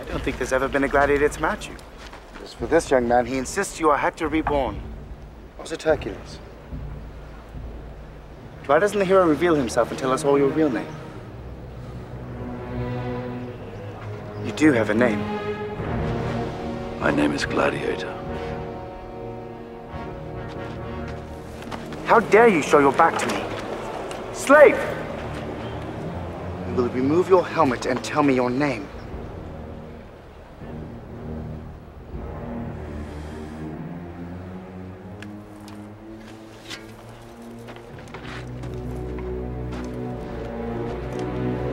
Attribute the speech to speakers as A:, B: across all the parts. A: I don't think there's ever been a gladiator to match you. As for this young man, he insists you are Hector reborn. How's it Hercules? Why doesn't the hero reveal himself and tell us all your real name? You do have a name.
B: My name is Gladiator.
A: How dare you show your back to me? Slave! You will remove your helmet and tell me your name.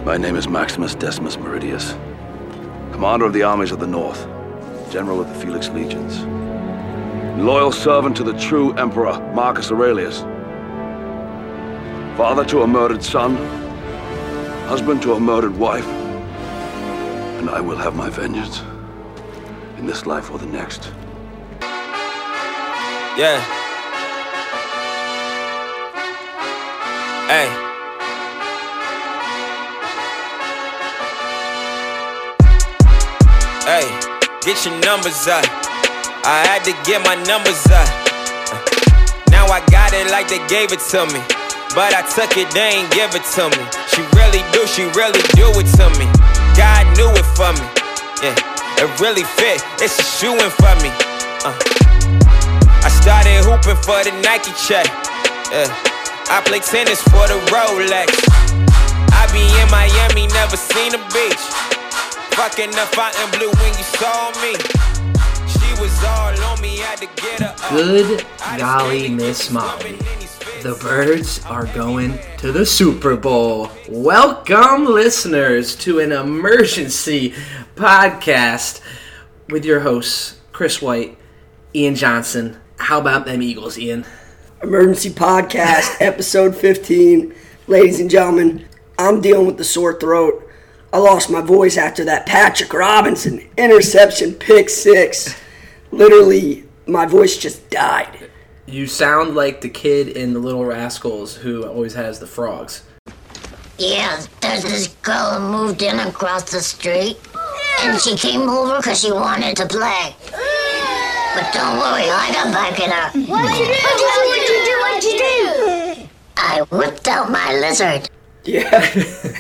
B: My name is Maximus Decimus Meridius, commander of the armies of the North, general of the Felix Legions, loyal servant to the true emperor Marcus Aurelius, father to a murdered son, husband to a murdered wife, and I will have my vengeance in this life or the next.
C: Yeah. Hey. Hey, get your numbers up. I had to get my numbers up. Now I got it like they gave it to me. But I took it, they ain't give it to me. She really do, she really do it to me. God knew it for me. Yeah, it really fit. It's a shoe in for me. Uh. I started hooping for the Nike check. Yeah. I play tennis for the Rolex. I be in Miami, never seen a beach. Fucking the fountain blue when you saw me. She was all on me, had to get her up.
D: Good golly, Miss Molly. The birds are going to the Super Bowl. Welcome, listeners, to an emergency podcast with your hosts, Chris White, Ian Johnson. How about them Eagles, Ian?
E: Emergency Podcast, episode 15. Ladies and gentlemen, I'm dealing with the sore throat. I lost my voice after that Patrick Robinson interception pick six. Literally, my voice just died.
D: You sound like the kid in The Little Rascals who always has the frogs.
F: Yeah, there's this girl who moved in across the street, and she came over because she wanted to play. But don't worry, I got back in her.
G: What'd you do? What'd you do? What'd you do?
F: I whipped out my lizard.
E: Yeah,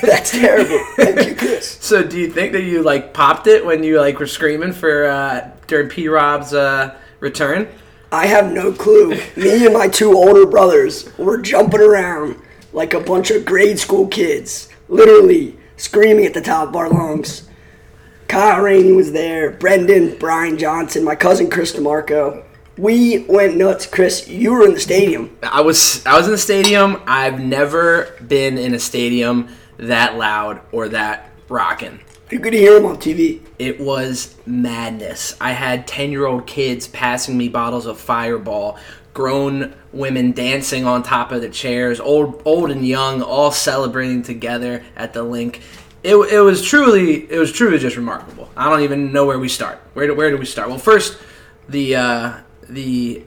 E: that's terrible. Thank you, Chris.
D: So, do you think that you like popped it when you like were screaming for uh, during P Rob's uh, return?
E: I have no clue. Me and my two older brothers were jumping around like a bunch of grade school kids, literally screaming at the top of our lungs. Kyle Rainey was there, Brendan, Brian Johnson, my cousin Chris DeMarco. We went nuts. Chris, you were in the stadium.
D: I was I was in the stadium. I've never been in a stadium that loud or that rocking.
E: You could hear him on TV.
D: It was madness. I had 10 year old kids passing me bottles of fireball, grown women dancing on top of the chairs, old, old and young, all celebrating together at the link. It, it was truly, it was truly just remarkable. I don't even know where we start. Where do, where do we start? Well, first, the uh, the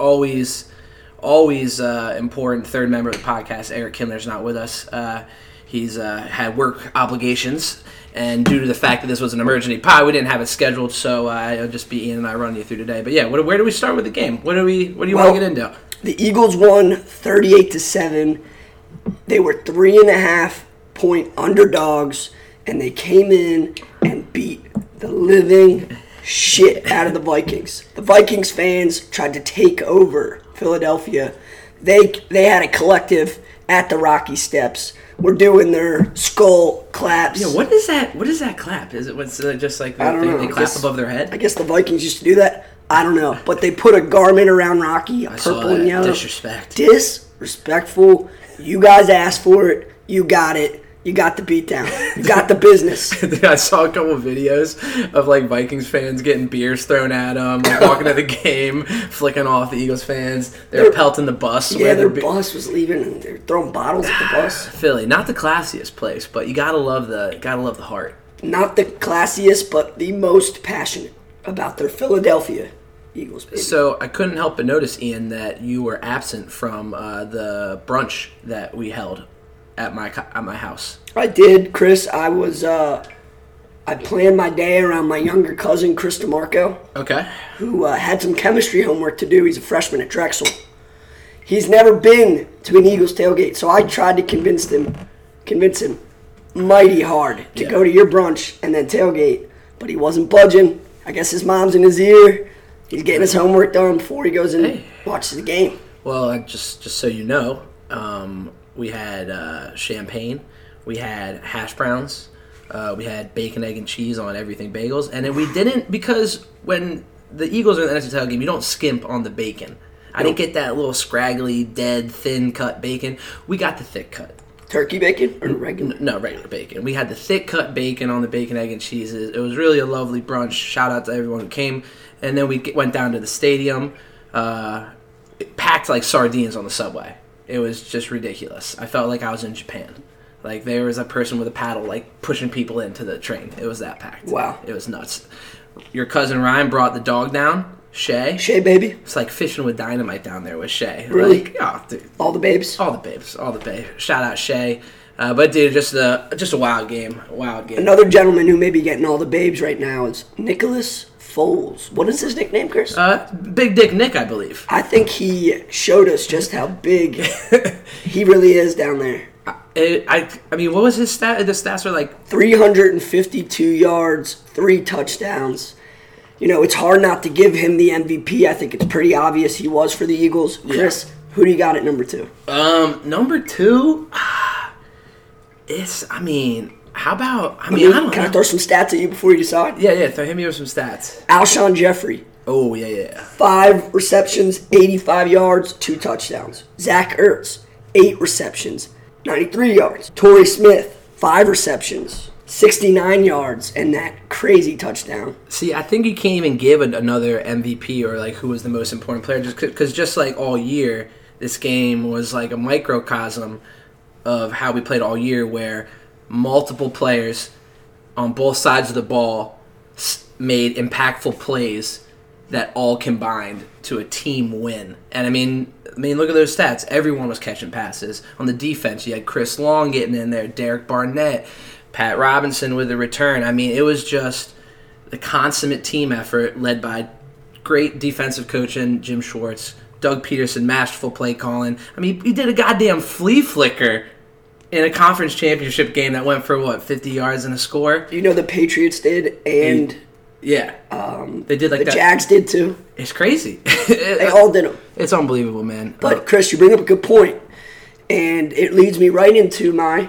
D: always always uh, important third member of the podcast, Eric Kindler's not with us. Uh, he's uh, had work obligations, and due to the fact that this was an emergency pod, we didn't have it scheduled. So uh, it'll just be Ian and I running you through today. But yeah, what, where do we start with the game? What do we? What do you
E: Well-
D: want to get into?
E: The Eagles won 38 to 7. They were three and a half point underdogs, and they came in and beat the living shit out of the Vikings. The Vikings fans tried to take over Philadelphia. They they had a collective at the Rocky Steps. We're doing their skull claps.
D: Yeah, what is that? What is that clap? Is it what's uh, just like the
E: I don't
D: thing
E: know.
D: they
E: I
D: clap
E: guess-
D: above their head?
E: I guess the Vikings used to do that. I don't know, but they put a garment around Rocky, a
D: saw
E: purple and
D: that.
E: yellow.
D: Disrespect.
E: disrespectful. You guys asked for it. You got it. You got the beatdown. You got the business.
D: I saw a couple of videos of like Vikings fans getting beers thrown at them, like, walking to the game, flicking off the Eagles fans. They're,
E: They're-
D: pelting the bus.
E: Yeah,
D: where
E: their
D: the be-
E: bus was leaving, and they're throwing bottles at the bus.
D: Philly, not the classiest place, but you gotta love the gotta love the heart.
E: Not the classiest, but the most passionate about their Philadelphia Eagles. Baby.
D: So I couldn't help but notice, Ian, that you were absent from uh, the brunch that we held at my co- at my house.
E: I did, Chris. I was uh, I planned my day around my younger cousin, Chris DeMarco,
D: Okay.
E: who uh, had some chemistry homework to do. He's a freshman at Drexel. He's never been to an Eagles tailgate, so I tried to convince him, convince him mighty hard to
D: Yeah.
E: go to your brunch and then tailgate, but he wasn't budging. I guess his mom's in his ear. He's getting his homework done before he goes and
D: Hey.
E: watches the game.
D: Well, I just just so you know, um, we had uh, champagne, we had hash browns, uh, we had bacon, egg, and cheese on everything bagels, and then we didn't because when the Eagles are in the NFC title game, you don't skimp on the bacon. I didn't get that little scraggly, dead, thin cut bacon. We got the thick cut.
E: Turkey bacon
D: Mm-hmm.
E: or regular?
D: No, regular bacon. We had the thick cut bacon on the bacon, egg, and cheeses. It was really a lovely brunch. Shout out to everyone who came. And then we g went down to the stadium, uh, it packed like sardines on the subway. It was just ridiculous. I felt like I was in Japan. Like there was a person with a paddle, like pushing people into the train. It was that packed.
E: Wow.
D: It was nuts. Your cousin Ryan brought the dog down, Shay.
E: Shea baby,
D: It's like fishing with dynamite down there with Shay.
E: Really?
D: Like, oh, dude,
E: all the babes.
D: all the babes, all the babes. Shout out Shay. Uh, but dude, just a just a wild game, wild game.
E: Another gentleman who may be getting all the babes right now is Nicholas Foles. What is his nickname, Chris?
D: Uh, Big Dick Nick, I believe.
E: I think he showed us just how big he really is down there.
D: It, I I mean, what was his stat? The stats were like
E: 352 yards, three touchdowns. You know, it's hard not to give him the MVP. I think it's pretty obvious he was for the Eagles. Chris, who do you got at number two?
D: um number two. ah, It's I mean, how about I mean
E: Can
D: I don't
E: I
D: know.
E: throw some stats at you before you decide?
D: yeah, yeah. Throw hit me with some stats.
E: Alshon Jeffrey,
D: Oh yeah, yeah.
E: five receptions, 85 yards, two touchdowns. Zach Ertz, eight receptions, 93 yards. Torrey Smith, five receptions, 69 yards, and that crazy touchdown.
D: See, I think you can't even give an, another MVP or like who was the most important player, just because just like all year, this game was like a microcosm of how we played all year, where multiple players on both sides of the ball s- made impactful plays that all combined to a team win. And I mean, I mean, look at those stats. Everyone was catching passes on the defense. You had Chris Long getting in there, Derek Barnett, Pat Robinson with the return. I mean, it was just the consummate team effort led by great defensive coaching Jim Schwartz, Doug Peterson, masterful play calling. I mean, he did a goddamn flea flicker in a conference championship game that went for what 50 yards and a score.
E: You know the Patriots did, and
D: Yeah, they did like
E: Um, the
D: that.
E: Jags did too.
D: it's crazy.
E: They all did them.
D: it's unbelievable, man.
E: But Chris, you bring up a good point, and it leads me right into my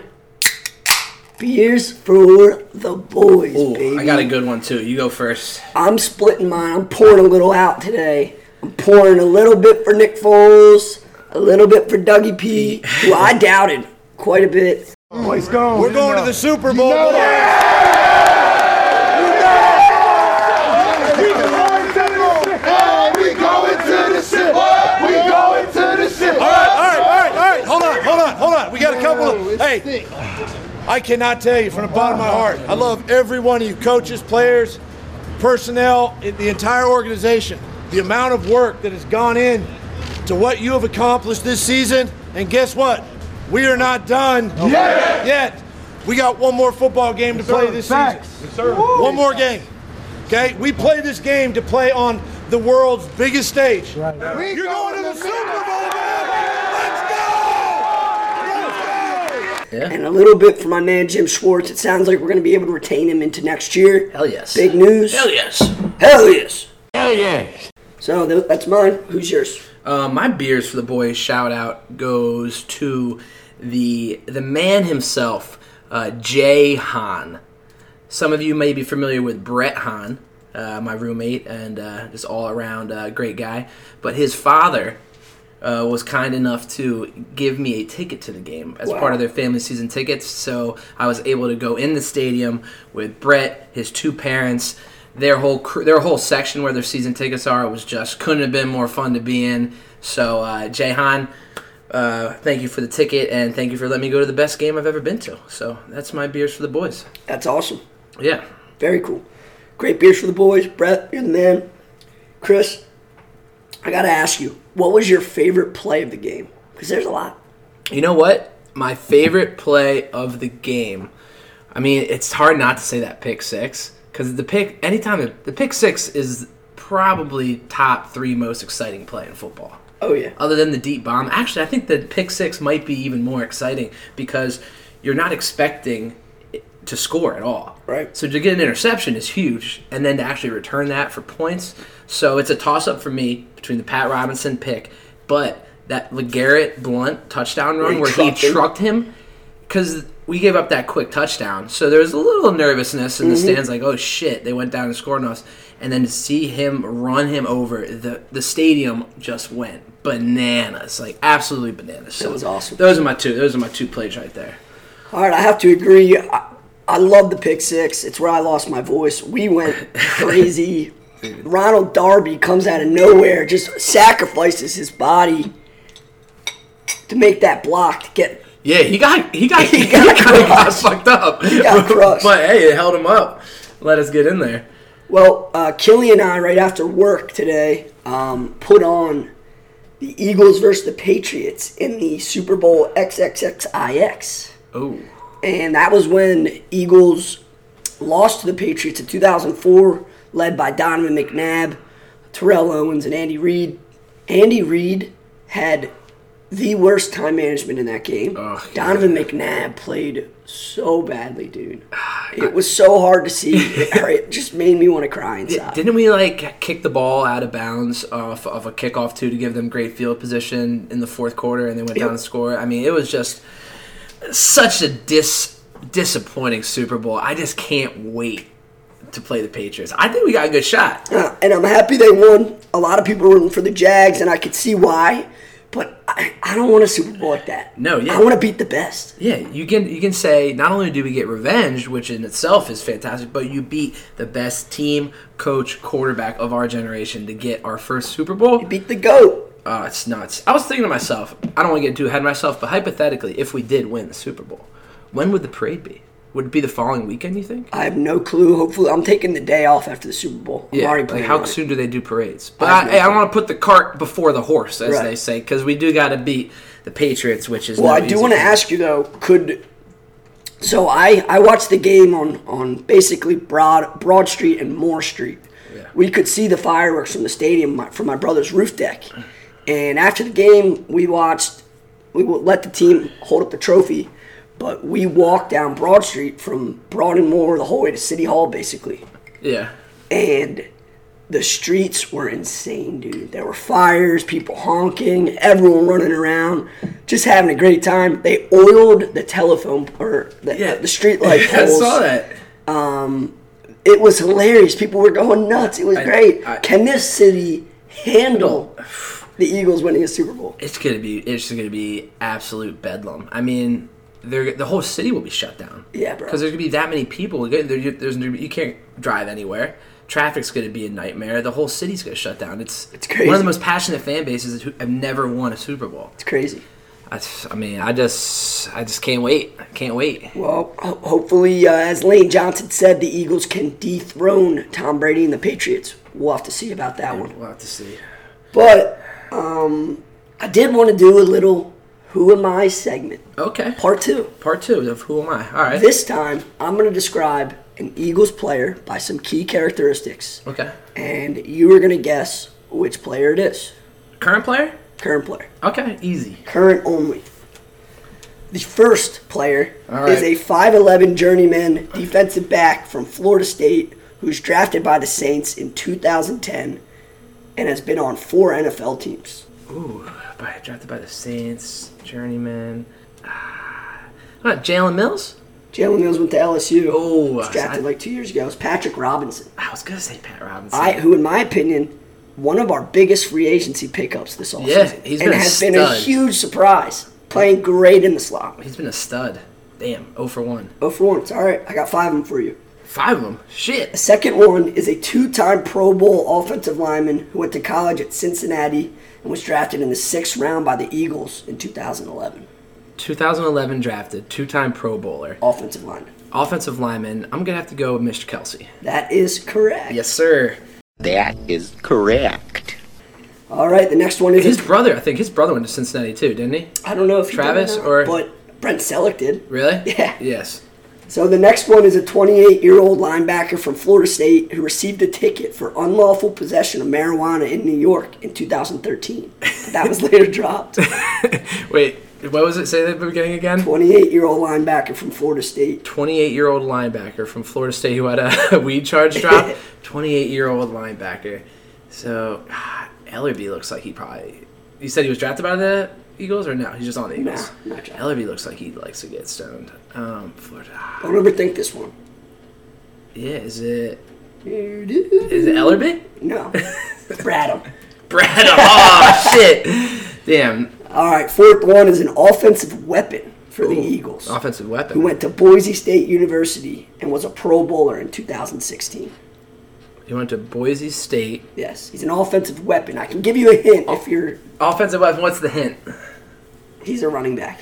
E: beers for the boys,
D: Ooh,
E: baby.
D: Oh, I got a good one too. You go first.
E: I'm splitting mine. I'm pouring a little out today. I'm pouring a little bit for Nick Foles, a little bit for Dougie P, who I doubted quite a bit.
H: We're going to the Super Bowl. All right, all right, all right, all right. Hold on, hold on, hold on. We got a couple of. Hey, I cannot tell you from the bottom of my heart. I love every one of you, coaches, players, personnel, i- the entire organization. The amount of work that has gone in to what you have accomplished this season, and guess what? We are not done yet. Yet, we got one more football game to play this season. One more game. Okay, we play this game to play on the world's biggest stage. You're going to the Super Bowl, man! Let's go! Let's go!
E: And a little bit for my man Jim Schwartz. It sounds like we're going to be able to retain him into next year.
D: Hell yes.
E: Big news.
D: Hell yes.
E: Hell yes. So th- that's mine. Who's yours?
D: Uh, my beers for the boys shout out goes to the the man himself, uh, Jay Hahn. Some of you may be familiar with Brett Hahn, uh, my roommate, and uh, just all around uh, great guy. But his father uh, was kind enough to give me a ticket to the game as part of their family season tickets. So I was able to go in the stadium with Brett, his two parents, their whole crew, their whole section where their season tickets are. It was just couldn't have been more fun to be in. So uh, Jehan, uh, thank you for the ticket and thank you for letting me go to the best game I've ever been to. So that's my beers for the boys.
E: That's awesome.
D: Yeah.
E: Very cool. Great beers for the boys. Brett, you're the man. Chris, I got to ask you, what was your favorite play of the game? Because there's a lot.
D: You know what? My favorite play of the game. I mean, it's hard not to say that pick six because the pick anytime the- the pick six is probably top three most exciting play in football.
E: Oh yeah.
D: Other than the deep bomb, actually, I think the pick six might be even more exciting because you're not expecting it to score at all.
E: Right.
D: So to get an interception is huge, and then to actually return that for points. So it's a toss up for me between the Pat Robinson pick, but that LeGarrette Blunt touchdown run
E: he
D: where he
E: trucked him.
D: trucked him because we gave up that quick touchdown. So there was a little nervousness
E: Mm-hmm.
D: in the stands, like, oh shit, they went down and scored on us. And then to see him run him over, the the stadium just went bananas, like absolutely bananas. So
E: was awesome.
D: Those are my two. Those are my two plays right there.
E: All right, I have to agree. I, I love the pick six. It's where I lost my voice. We went crazy. Ronald Darby comes out of nowhere, just sacrifices his body to make that block to get.
D: Yeah, he got he got he,
E: got
D: got, kinda got
E: crushed.
D: fucked up.
E: got crushed.
D: but hey, it held him up. Let us get in there.
E: Well, uh, Killy and I, right after work today, um, put on the Eagles versus the Patriots in the Super Bowl XXXIX.
D: Oh,
E: and that was when Eagles lost to the Patriots in 2004, led by Donovan McNabb, Terrell Owens, and Andy Reid. Andy Reid had the worst time management in that game. Donovan McNabb played so badly, dude.
D: Ah,
E: It was so hard to see. It, it just made me want to cry inside.
D: didn't we like kick the ball out of bounds off of a kickoff too to give them great field position in the fourth quarter, and they went down and score? I mean, it was just such a dis disappointing Super Bowl. I just can't wait to play the Patriots. I think we got a good shot.
E: Uh, and I'm happy they won. A lot of people were rooting for the Jags, and I could see why. But I, I don't want a Super Bowl like that.
D: No, yeah.
E: I want to beat the best.
D: Yeah, you can you can say not only do we get revenge, which in itself is fantastic, but you beat the best team, coach, quarterback of our generation to get our first Super Bowl.
E: Beat the GOAT.
D: Oh, it's nuts. I was thinking to myself, I don't want to get too ahead of myself, but hypothetically, if we did win the Super Bowl, when would the parade be? Would it be the following weekend? You think?
E: I have no clue. Hopefully, I'm taking the day off after the Super Bowl. I'm already
D: like
E: planning
D: how
E: on it.
D: soon do they do parades? But
E: have
D: I,
E: no
D: hey, I want to put the cart before the horse, as
E: Right.
D: they say, because we do got to beat the Patriots, which is
E: Well,
D: no
E: I do
D: easy
E: want to
D: feat.
E: ask you though. Could so I I watched the game on on basically Broad Broad Street and Moore Street. We could see the fireworks from the stadium my- from my brother's roof deck, and after the game, we watched. We w- let the team hold up the trophy, but we walked down Broad Street from Broad and Moore the whole way to City Hall, basically.
D: Yeah,
E: and the streets were insane, dude. There were fires, people honking, everyone running around, just having a great time. They oiled the telephone or the,
D: yeah,
E: the street light
D: I
E: poles.
D: saw that.
E: It was hilarious. People were going nuts. It was great.
D: I-
E: Can this city handle the Eagles winning a Super Bowl?
D: It's gonna be it's gonna be absolute bedlam. I mean, they're, the whole city will be shut down.
E: Yeah, bro.
D: Because there's gonna be that many people. Again, there- There's gonna be- you can't drive anywhere. Traffic's gonna be a nightmare. The whole city's gonna shut down. It's
E: It's crazy.
D: One of the most passionate fan bases who have never won a Super Bowl.
E: It's crazy.
D: I, I mean, I just I just can't wait. I can't wait.
E: Well, ho- hopefully, uh, as Lane Johnson said, the Eagles can dethrone Tom Brady and the Patriots. We'll have to see about that one.
D: We'll have to see.
E: But um, I did want to do a little "Who Am I" segment,
D: Okay.
E: part two.
D: Part two of Who Am I? All right.
E: This time, I'm going to describe an Eagles player by some key characteristics,
D: okay.
E: and you are going to guess which player it is.
D: Current player?
E: Current player,
D: Okay. Easy.
E: current only. The first player
D: All
E: is
D: right.
E: a 5'11 journeyman defensive back from Florida State who's drafted by the Saints in 2010 and has been on four NFL teams.
D: Ooh, by, drafted by the Saints, journeyman. Ah, What, Jalen Mills?
E: Jalen Mills went to LSU.
D: Oh,
E: was drafted
D: I-
E: like two years ago. It was Patrick Robinson.
D: I was gonna say Pat Robinson.
E: I, who in my opinion, one of our biggest free agency pickups this offseason.
D: Yeah, he's
E: and
D: been a
E: has been a
D: stud.
E: huge surprise. Playing great in the slot.
D: He's been a stud. Damn, 0 for 1.
E: Oh, for one, it's all right. I got five of them for you.
D: Five of them. Shit.
E: Second one is a two-time Pro Bowl offensive lineman who went to college at Cincinnati and was drafted in the sixth round by the Eagles in 2011.
D: 2011 drafted, two time Pro Bowler,
E: Offensive lineman.
D: offensive lineman. I'm gonna have to go with Mr. Kelsey.
E: That is correct.
D: Yes, sir.
I: That is correct.
E: All right. The next one is
D: His brother, I think his brother went to Cincinnati too, didn't he?
E: I don't know if he did
D: Travis
E: not,
D: or-
E: but Brent Selleck did.
D: Really?
E: Yeah.
D: Yes.
E: So the next one is a 28 year old linebacker from Florida State who received a ticket for unlawful possession of marijuana in New York in 2013. That was later dropped.
D: Wait, what was it? Say that at the beginning again.
E: 28 year old linebacker from Florida State.
D: 28 year old linebacker from Florida State who had a weed charge drop. 28 year old linebacker. So, ah, Ellerby looks like he probably. You said he was drafted by the Eagles or no? He's just on the Eagles.
E: not drafted.
D: Ellerby looks like he likes to get stoned. Um, Florida.
E: Don't overthink this one.
D: Yeah, is it. Is it Ellerby?
E: No. Bradham.
D: Brad. Oh, shit. Damn.
E: All right, fourth one is an offensive weapon for the Eagles.
D: Offensive
E: Who
D: weapon.
E: went to Boise State University and was a Pro Bowler in 2016.
D: he went to Boise State.
E: Yes, he's an offensive weapon. I can give you a hint if you're.
D: Offensive weapon, what's the hint?
E: He's a running back.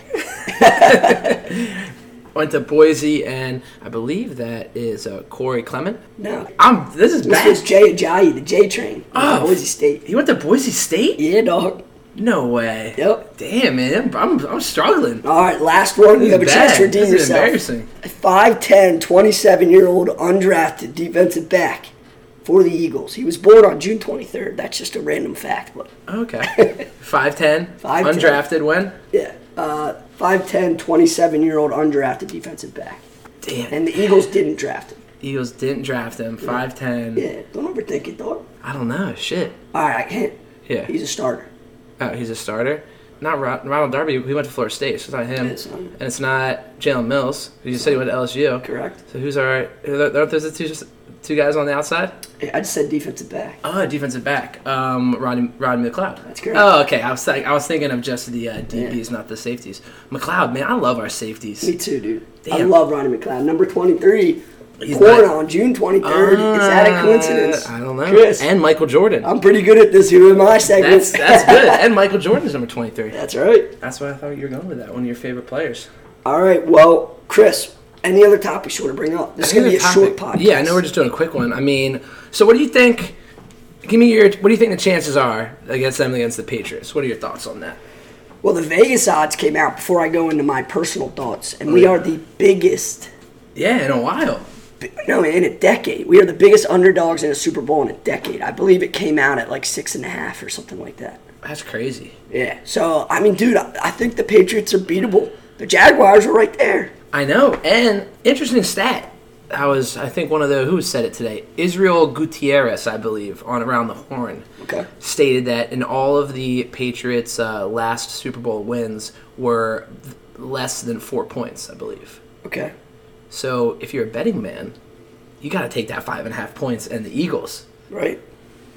D: Went to Boise, and I believe that is uh, Corey Clement.
E: No,
D: I'm. This is
E: this
D: bad.
E: was Jay Ajayi, the J Train,
D: Oh.
E: Boise State.
D: he went to Boise State.
E: Yeah, dog.
D: No way.
E: Yep.
D: Damn, man, I'm, I'm, I'm struggling.
E: All right, last one.
D: This is
E: You have a chance
D: bad.
E: to redeem
D: This is
E: yourself.
D: embarrassing.
E: 5'10", 27-year-old undrafted defensive back for the Eagles. He was born on June 23rd. That's just a random fact, but
D: Okay. 5'10",
E: 5'10".
D: undrafted when?
E: yeah. Uh, 5'10", 27-year-old undrafted defensive back.
D: Damn.
E: And the Eagles didn't draft him.
D: Eagles didn't draft him. 5'10".
E: Yeah, don't overthink it, dog.
D: I don't know. Shit.
E: All right, I can't.
D: Yeah.
E: He's a starter.
D: Oh, he's a starter. Not Ro- Ronald Darby. He went to Florida State, so it's not him.
E: Yeah, it's not him.
D: and it's not Jalen Mills. Who you said he went to LSU.
E: um, Correct.
D: So who's our? Are there, are those the two two guys on the outside?
E: I just said defensive back.
D: Oh, defensive back. Um, Rodney Rodney McLeod.
E: That's correct.
D: Oh, okay. I was th- I was thinking of just the uh, DBs, not the safeties. McLeod, man, I love our safeties.
E: Me too, dude. I
D: Damn.
E: love Ronnie McLeod. Number 23,
D: He's
E: born
D: not-
E: on June 23rd. Is that a coincidence?
D: Uh, I don't know.
E: Chris,
D: And Michael Jordan.
E: I'm pretty good at this. Who am I segment?
D: that's that's good. And Michael Jordan is number twenty three.
E: That's right.
D: That's why I thought you were going with that. One of your favorite players.
E: All right. Well, Chris, any other topics you want to bring up? This is going to be a short podcast.
D: Yeah, I know we're just doing a quick one. I mean, so what do you think? Give me your. What do you think the chances are against them against the Patriots? What are your thoughts on that?
E: Well, the Vegas odds came out before I go into my personal thoughts, and we are the biggest,
D: Yeah, in a while.
E: no, in a decade. We are the biggest underdogs in a Super Bowl in a decade. I believe it came out at like six and a half or something like that.
D: That's crazy.
E: Yeah. So, I mean, dude, I, I think the Patriots are beatable. The Jaguars are right there.
D: I know. And interesting stat. I was, I think one of the who said it today. Israel Gutierrez, I believe, on around the horn,
E: Okay.
D: stated that in all of the Patriots' uh, last Super Bowl wins were less than four points, I believe.
E: Okay.
D: So if you're a betting man, you got to take that five and a half points and the Eagles.
E: Right.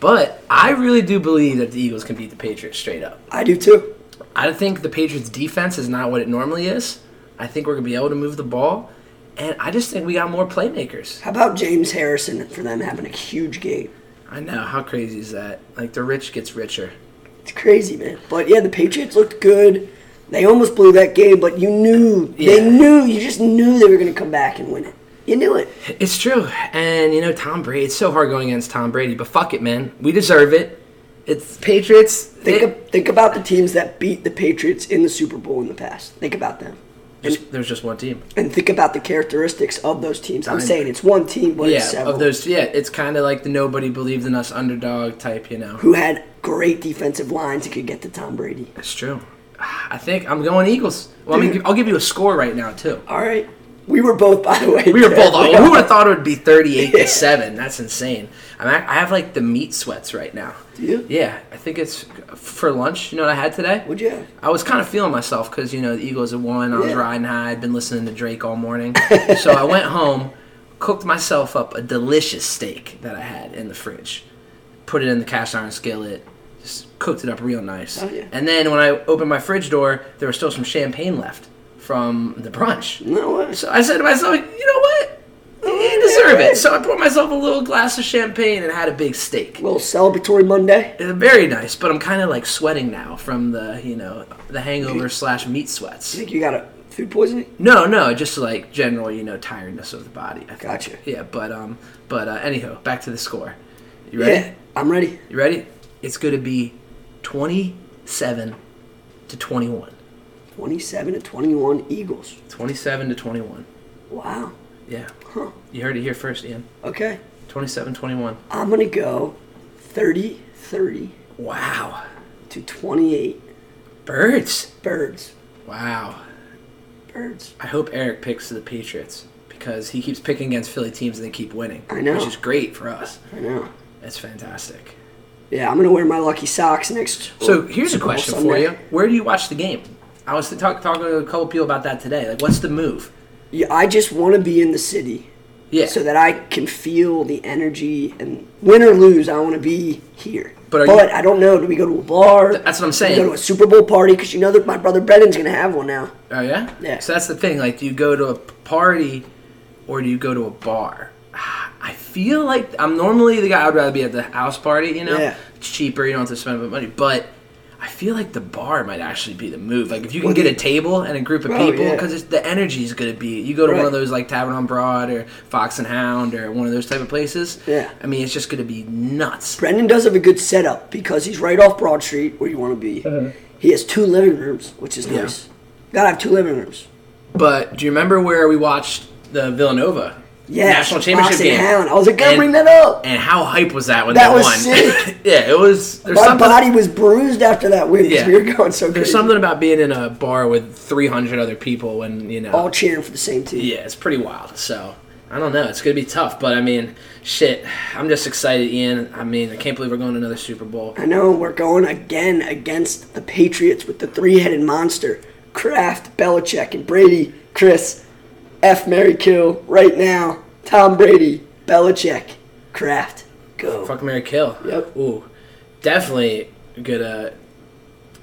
D: But I really do believe that the Eagles can beat the Patriots straight up.
E: I do too.
D: I think the Patriots' defense is not what it normally is. I think we're going to be able to move the ball. And I just think we got more playmakers.
E: How about James Harrison for them having a huge game?
D: I know. How crazy is that? Like, the rich gets richer.
E: It's crazy, man. But yeah, the Patriots looked good. They almost blew that game, but you knew.
D: Yeah.
E: They knew. You just knew they were going to come back and win it. You knew it.
D: It's true. And, you know, Tom Brady, it's so hard going against Tom Brady, but fuck it, man. We deserve it. It's Patriots.
E: Think,
D: They-
E: ab- think about the teams that beat the Patriots in the Super Bowl in the past. Think about them.
D: Just- there's just one team.
E: And think about the characteristics of those teams. I'm
D: Time.
E: saying it's one team, but it's
D: Yeah,
E: several.
D: of those. Yeah, it's kind of like the nobody believed in us underdog type, you know.
E: who had great defensive lines that could get to Tom Brady.
D: It's true. I think I'm going Eagles. Well, I mean, I'll give you a score right now too.
E: All right. We were both, by the way.
D: We were both.
E: terrible.
D: who would have thought it would be 38 to seven? That's insane. I'm act- I have like the meat sweats right now.
E: you?
D: Yeah, I think it's for lunch. You know what I had today?
E: What'd you have?
D: I was kind of feeling myself because you know the Eagles had won. I was
E: Yeah.
D: riding high. I'd been listening to Drake all morning, so I went home, cooked myself up a delicious steak that I had in the fridge, put it in the cast iron skillet, just cooked it up real nice.
E: Oh, yeah.
D: And then when I opened my fridge door, there was still some champagne left from the brunch.
E: No way.
D: So I said to myself, you know what? You deserve it. So I poured myself a little glass of champagne and had a big steak.
E: little celebratory Monday.
D: Uh, Very nice, but I'm kind of like sweating now from the you know the hangover slash meat sweats.
E: Think you got a food poisoning?
D: No, no, just like general you know tiredness of the body. I think.
E: Gotcha.
D: Yeah, but um, but uh, anyhow, back to the score. You ready?
E: Yeah, I'm ready.
D: You ready? It's gonna be twenty-seven to twenty-one.
E: 27 to 21 Eagles.
D: Twenty-seven to twenty-one.
E: Wow.
D: Yeah. You heard it here first, Ian.
E: Okay.
D: 27 21.
E: I'm going to go 30 30
D: Wow.
E: to 28
D: Birds.
E: birds.
D: Wow.
E: Birds.
D: I hope Eric picks the Patriots because he keeps picking against Philly teams and they keep winning.
E: I know.
D: Which is great for us.
E: I know.
D: That's fantastic.
E: Yeah, I'm going to wear my lucky socks next.
D: So here's a
E: Super Bowl
D: question for
E: Sunday.
D: you. Where do you watch the game? I was talk, talking to a couple people about that today. Like, what's the move?
E: Yeah, I just want to be in the city
D: Yeah.
E: so that I can feel the energy and win or lose, I want to be here.
D: But
E: But,
D: are you-
E: I don't know. Do we go to a bar?
D: that's what I'm
E: Do we
D: saying.
E: go to a Super Bowl party because you know that my brother Brennan's going to have one now.
D: oh yeah.
E: Yeah.
D: So that's the thing. Like, do you go to a party or do you go to a bar? Ah, I feel like I'm normally the guy. I'd rather be at the house party. You know,
E: Yeah.
D: it's cheaper. You don't have to spend money. But I feel like the bar might actually be the move. Like, if you can get a table and a group of
E: Bro,
D: people,
E: Oh, yeah.
D: because the energy is going to be. You go to one of
E: Right.
D: those like Tavern on Broad or Fox and Hound or one of those type of places.
E: Yeah.
D: I mean, it's just going to be nuts.
E: Brendan does have a good setup because he's right off Broad Street where you want to be. He has two living rooms, which is
D: Yeah.
E: nice. Gotta have two living rooms.
D: But do you remember where we watched the Villanova
E: Yeah,
D: national championship
E: Fox and
D: game?
E: Hound. I was like, gotta
D: And-
E: bring that up.
D: And how hype was that when
E: That
D: they
E: was
D: won?
E: sick.
D: yeah, it was. There's
E: My
D: something.
E: body was bruised after that win because
D: Yeah.
E: we were going so good.
D: there's something about being in a bar with 300 other people when you know.
E: all cheering for the same team.
D: yeah, it's pretty wild. So I don't know. It's gonna be tough, but I mean, shit. I'm just excited, Ian. I mean, I can't believe we're going to another Super Bowl.
E: I know we're going again against the Patriots with the three-headed monster: Kraft, Belichick, and Brady. Chris, F. Mary Kill right now. Tom Brady, Belichick, Kraft, go.
D: Fuck Mary Kill.
E: Yep.
D: Ooh, definitely gonna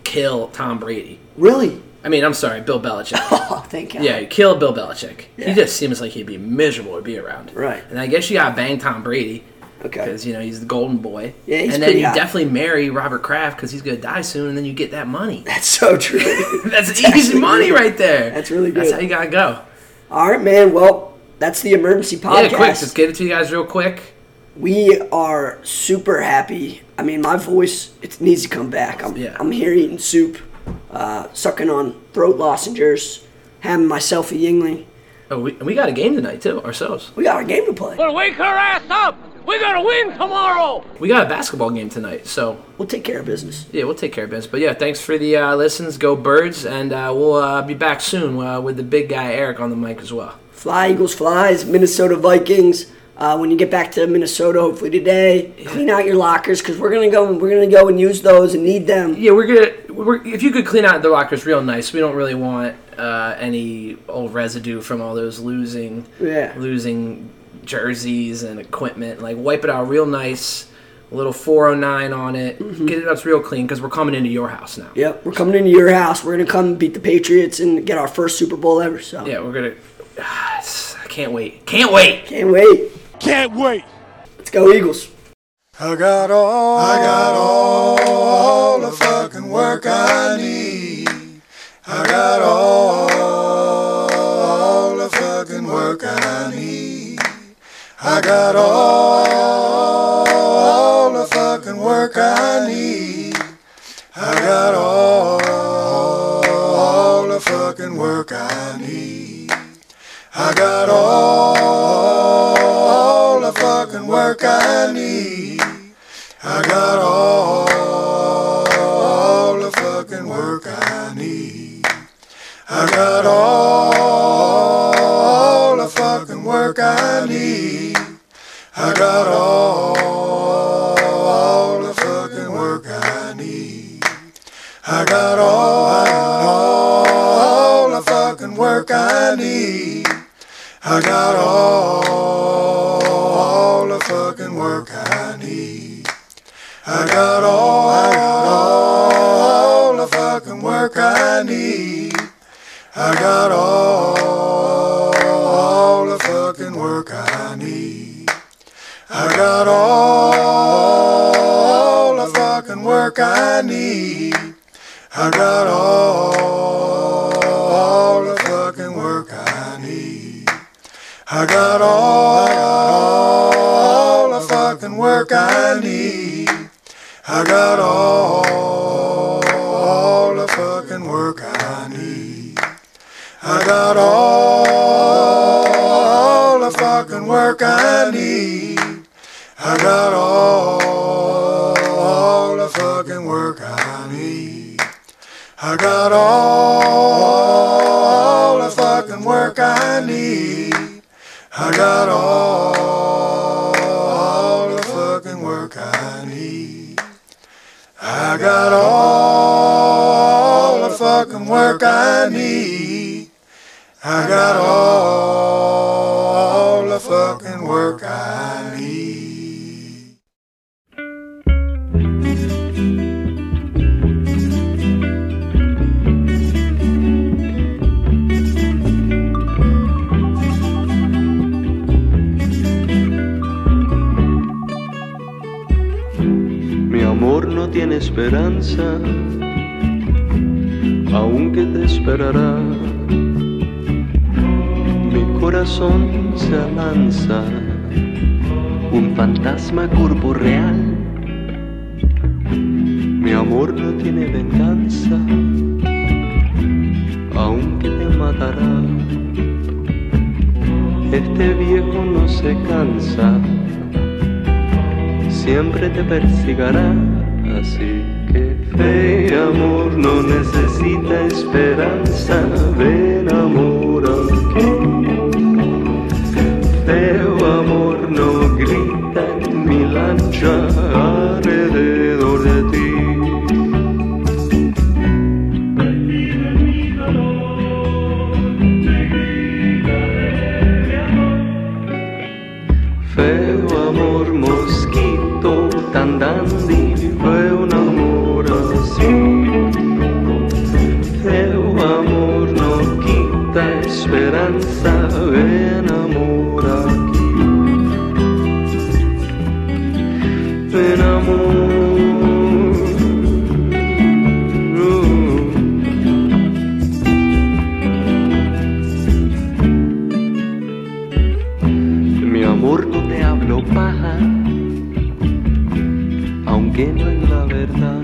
D: kill Tom Brady.
E: Really?
D: I mean, I'm sorry, Bill Belichick.
E: Oh, thank God.
D: Yeah, you kill Bill Belichick. He
E: Yeah.
D: just seems like he'd be miserable to be around.
E: Right.
D: And I guess you gotta bang Tom Brady
E: Okay.
D: because you know he's the golden boy.
E: Yeah, he's
D: And then
E: pretty
D: you
E: hot.
D: definitely marry Robert Kraft because he's gonna die soon, and then you get that money.
E: That's so true.
D: That's, easy
E: actually
D: money
E: really-
D: right there.
E: that's really
D: That's
E: good.
D: how you gotta go.
E: All right, man. Well, that's the emergency podcast.
D: Yeah, quick. Just get it to you guys real quick.
E: We are super happy. I mean, my voice it needs to come back. I'm,
D: Yeah.
E: I'm here eating soup, uh, sucking on throat lozenges, having myself a Yingling.
D: Oh, we, and we got a game tonight too ourselves.
E: We got a game to play.
D: We got a basketball game tonight, so
E: We'll take care of business.
D: yeah, we'll take care of business. But yeah, thanks for the uh, listens. Go birds, and uh, we'll uh, be back soon uh, with the big guy Eric on the mic as well.
E: Fly Eagles flies. Minnesota Vikings. Uh, when you get back to Minnesota, hopefully today, clean out your lockers because we're gonna go. We're gonna go and use those and need them.
D: Yeah, we're gonna. We're, if you could clean out the lockers real nice, we don't really want uh, any old residue from all those losing,
E: Yeah.
D: losing jerseys and equipment. Like wipe it out real nice, a little 409 on it, get it up real clean because we're coming into your house now.
E: Yep, we're coming into your house. We're gonna come beat the Patriots and get our first Super Bowl ever. So
D: Yeah, we're gonna. I can't wait. Can't wait.
E: can't wait.
H: Can't wait.
E: Let's go Eagles.
H: I got all I got all the fucking work I need. I got all the fucking work I need. I got all the fucking work I need. I got all the fucking work I need. I got all the fucking work I need. I got all the fucking work I need. I got all the fucking work I need. I got all the fucking work I need. I got all, all the fucking work I need. I got all, all the fucking work I need. I got all, all the fucking work I need. I got all, all the fucking work I need. I got all, the fucking work I need. I got all, all the fucking work I need. I got all, the fucking work I need. I got all, the fucking work I need. I got all,
J: work I need. I got all, all the fucking work I need. I got all, all the fucking work I need. I got all, all the fucking work I need. I got all the fucking work I need. I got all, all the fucking work I need.
K: Mi amor no tiene esperanza, aunque te esperará. Mi corazón se lanza, un fantasma corporeal. Mi amor no tiene venganza, aunque te matará. Este viejo no se cansa siempre te persigará. Así que fe, amor, no necesita esperanza. Ven, amor, aquí. Feo amor, no grita en mi lancha alrededor de ti. Feo amor, mosquito tan dandy, fue un amor así. Feo amor, no quita esperanza, ven amor aquí. Ven amor. Uh. Mi amor no te hablo paja, aunque no es la verdad.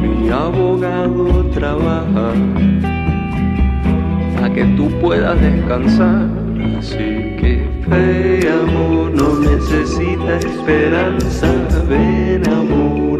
K: Mi abogado trabaja para que tú puedas descansar. Así que fe, amor, no necesita esperanza. Ven, amor.